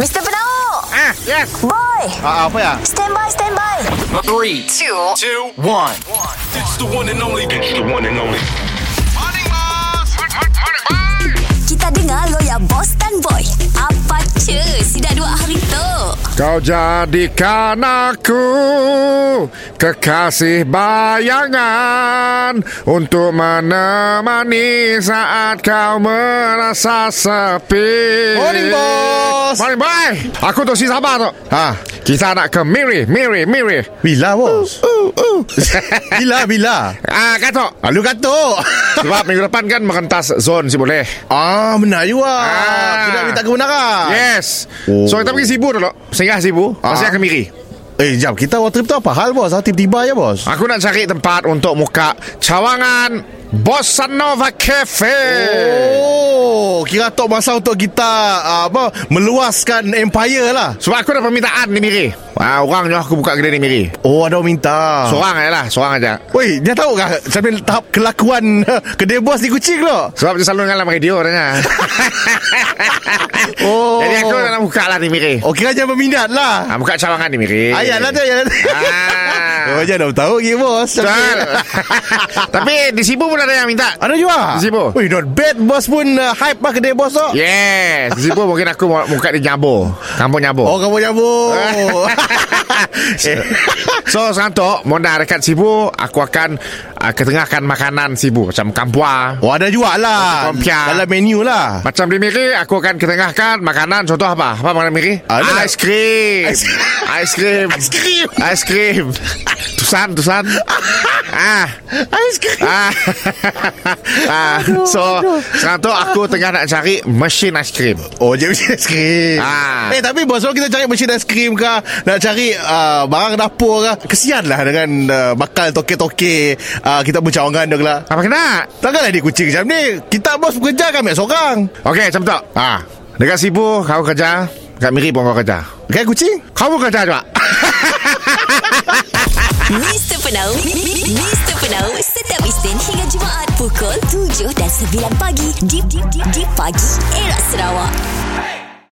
Mr. Penau Ah, yes. Boy Ah, ah, apa ya? Stand by, stand by Three, two, two, one. It's the one and only. It's the one and only. Kita dengar lo ya Boss dan Boy Apa cu Si dah dua hari tu Kau jadikan aku kekasih bayangan Untuk menemani saat kau merasa sepi Morning, bos. Morning boy Aku tu si sabar tu ha, Kita nak ke Miri, Miri, Miri Bila, bos? uh, uh. Bila, bila? Ah, Katok Alu katuk. Sebab minggu depan kan mengentas zon si boleh ah, benar you ah. Ah. Tidak minta kebenaran. Yes Oh. So kita pergi Sibu dulu Singgah Sibu Ah. Pasal ke Miri Eh, jap. Kita awak trip tu apa hal, bos? Ah, tiba-tiba ya, bos? Aku nak cari tempat untuk muka cawangan Bossa Nova Cafe. Eh. Oh, kira tok masa untuk kita ah, apa meluaskan empire lah. Sebab aku ada permintaan di Miri. Ah, orang nyuruh aku buka kedai di Miri. Oh, ada orang minta. Seorang aja lah, seorang aja. Woi, dia tahu kah sampai tahap kelakuan kedai bos di kucing lo? Sebab dia selalu ngalam radio katanya. Oh. Jadi aku nak buka lah di Miri. Oh, kira jangan berminat lah. Ah, buka cawangan di Miri. Ayat lah tu, ayat lah tu. Ah. Oh, jangan dah tahu ke bos. Betul. Tapi di Sibu pun ada yang minta. Ada juga. Di Sibu. Woi, not bad bos pun uh, hype lah kedai bos tu. Yes, di Sibu mungkin aku mau buka di Nyabo. Kampung Nyabo. Oh, kamu nyambung. So Santo Monda dekat Sibu Aku akan uh, Ketengahkan makanan Sibu Macam kampua Oh, ada juga lah. Macam kompiak. Dalam menu lah. Macam di Miri Aku akan ketengahkan Makanan contoh apa Apa makanan Miri Ah, ada- Ais krim Ais krim Ais krim. Ais krim Tusan Tusan Ah Ais krim. Ah, ah. So Sekarang tu aku tengah nak cari Mesin ais krim Oh, jadi mesin es krim. Ah. Eh, tapi bos, kalau kita cari mesin es krim ke, nak cari uh, barang dapur ke, kesian lah dengan uh, bakal toke-toke uh, kita bercawangan dia lah. Apa kena Takkanlah dia kucing macam ni. Kita bos bekerja kami seorang. Okey macam tu ah. Dekat Sibu Kau kerja Dekat Miri pun kau kerja Kan kucing? Kau pun kerja juga Mr. Penau Mi- Mi- Mr. Penau Setiap Isnin hingga Jumaat Pukul 7 dan 9 pagi Di, di, di, di pagi Era Sarawak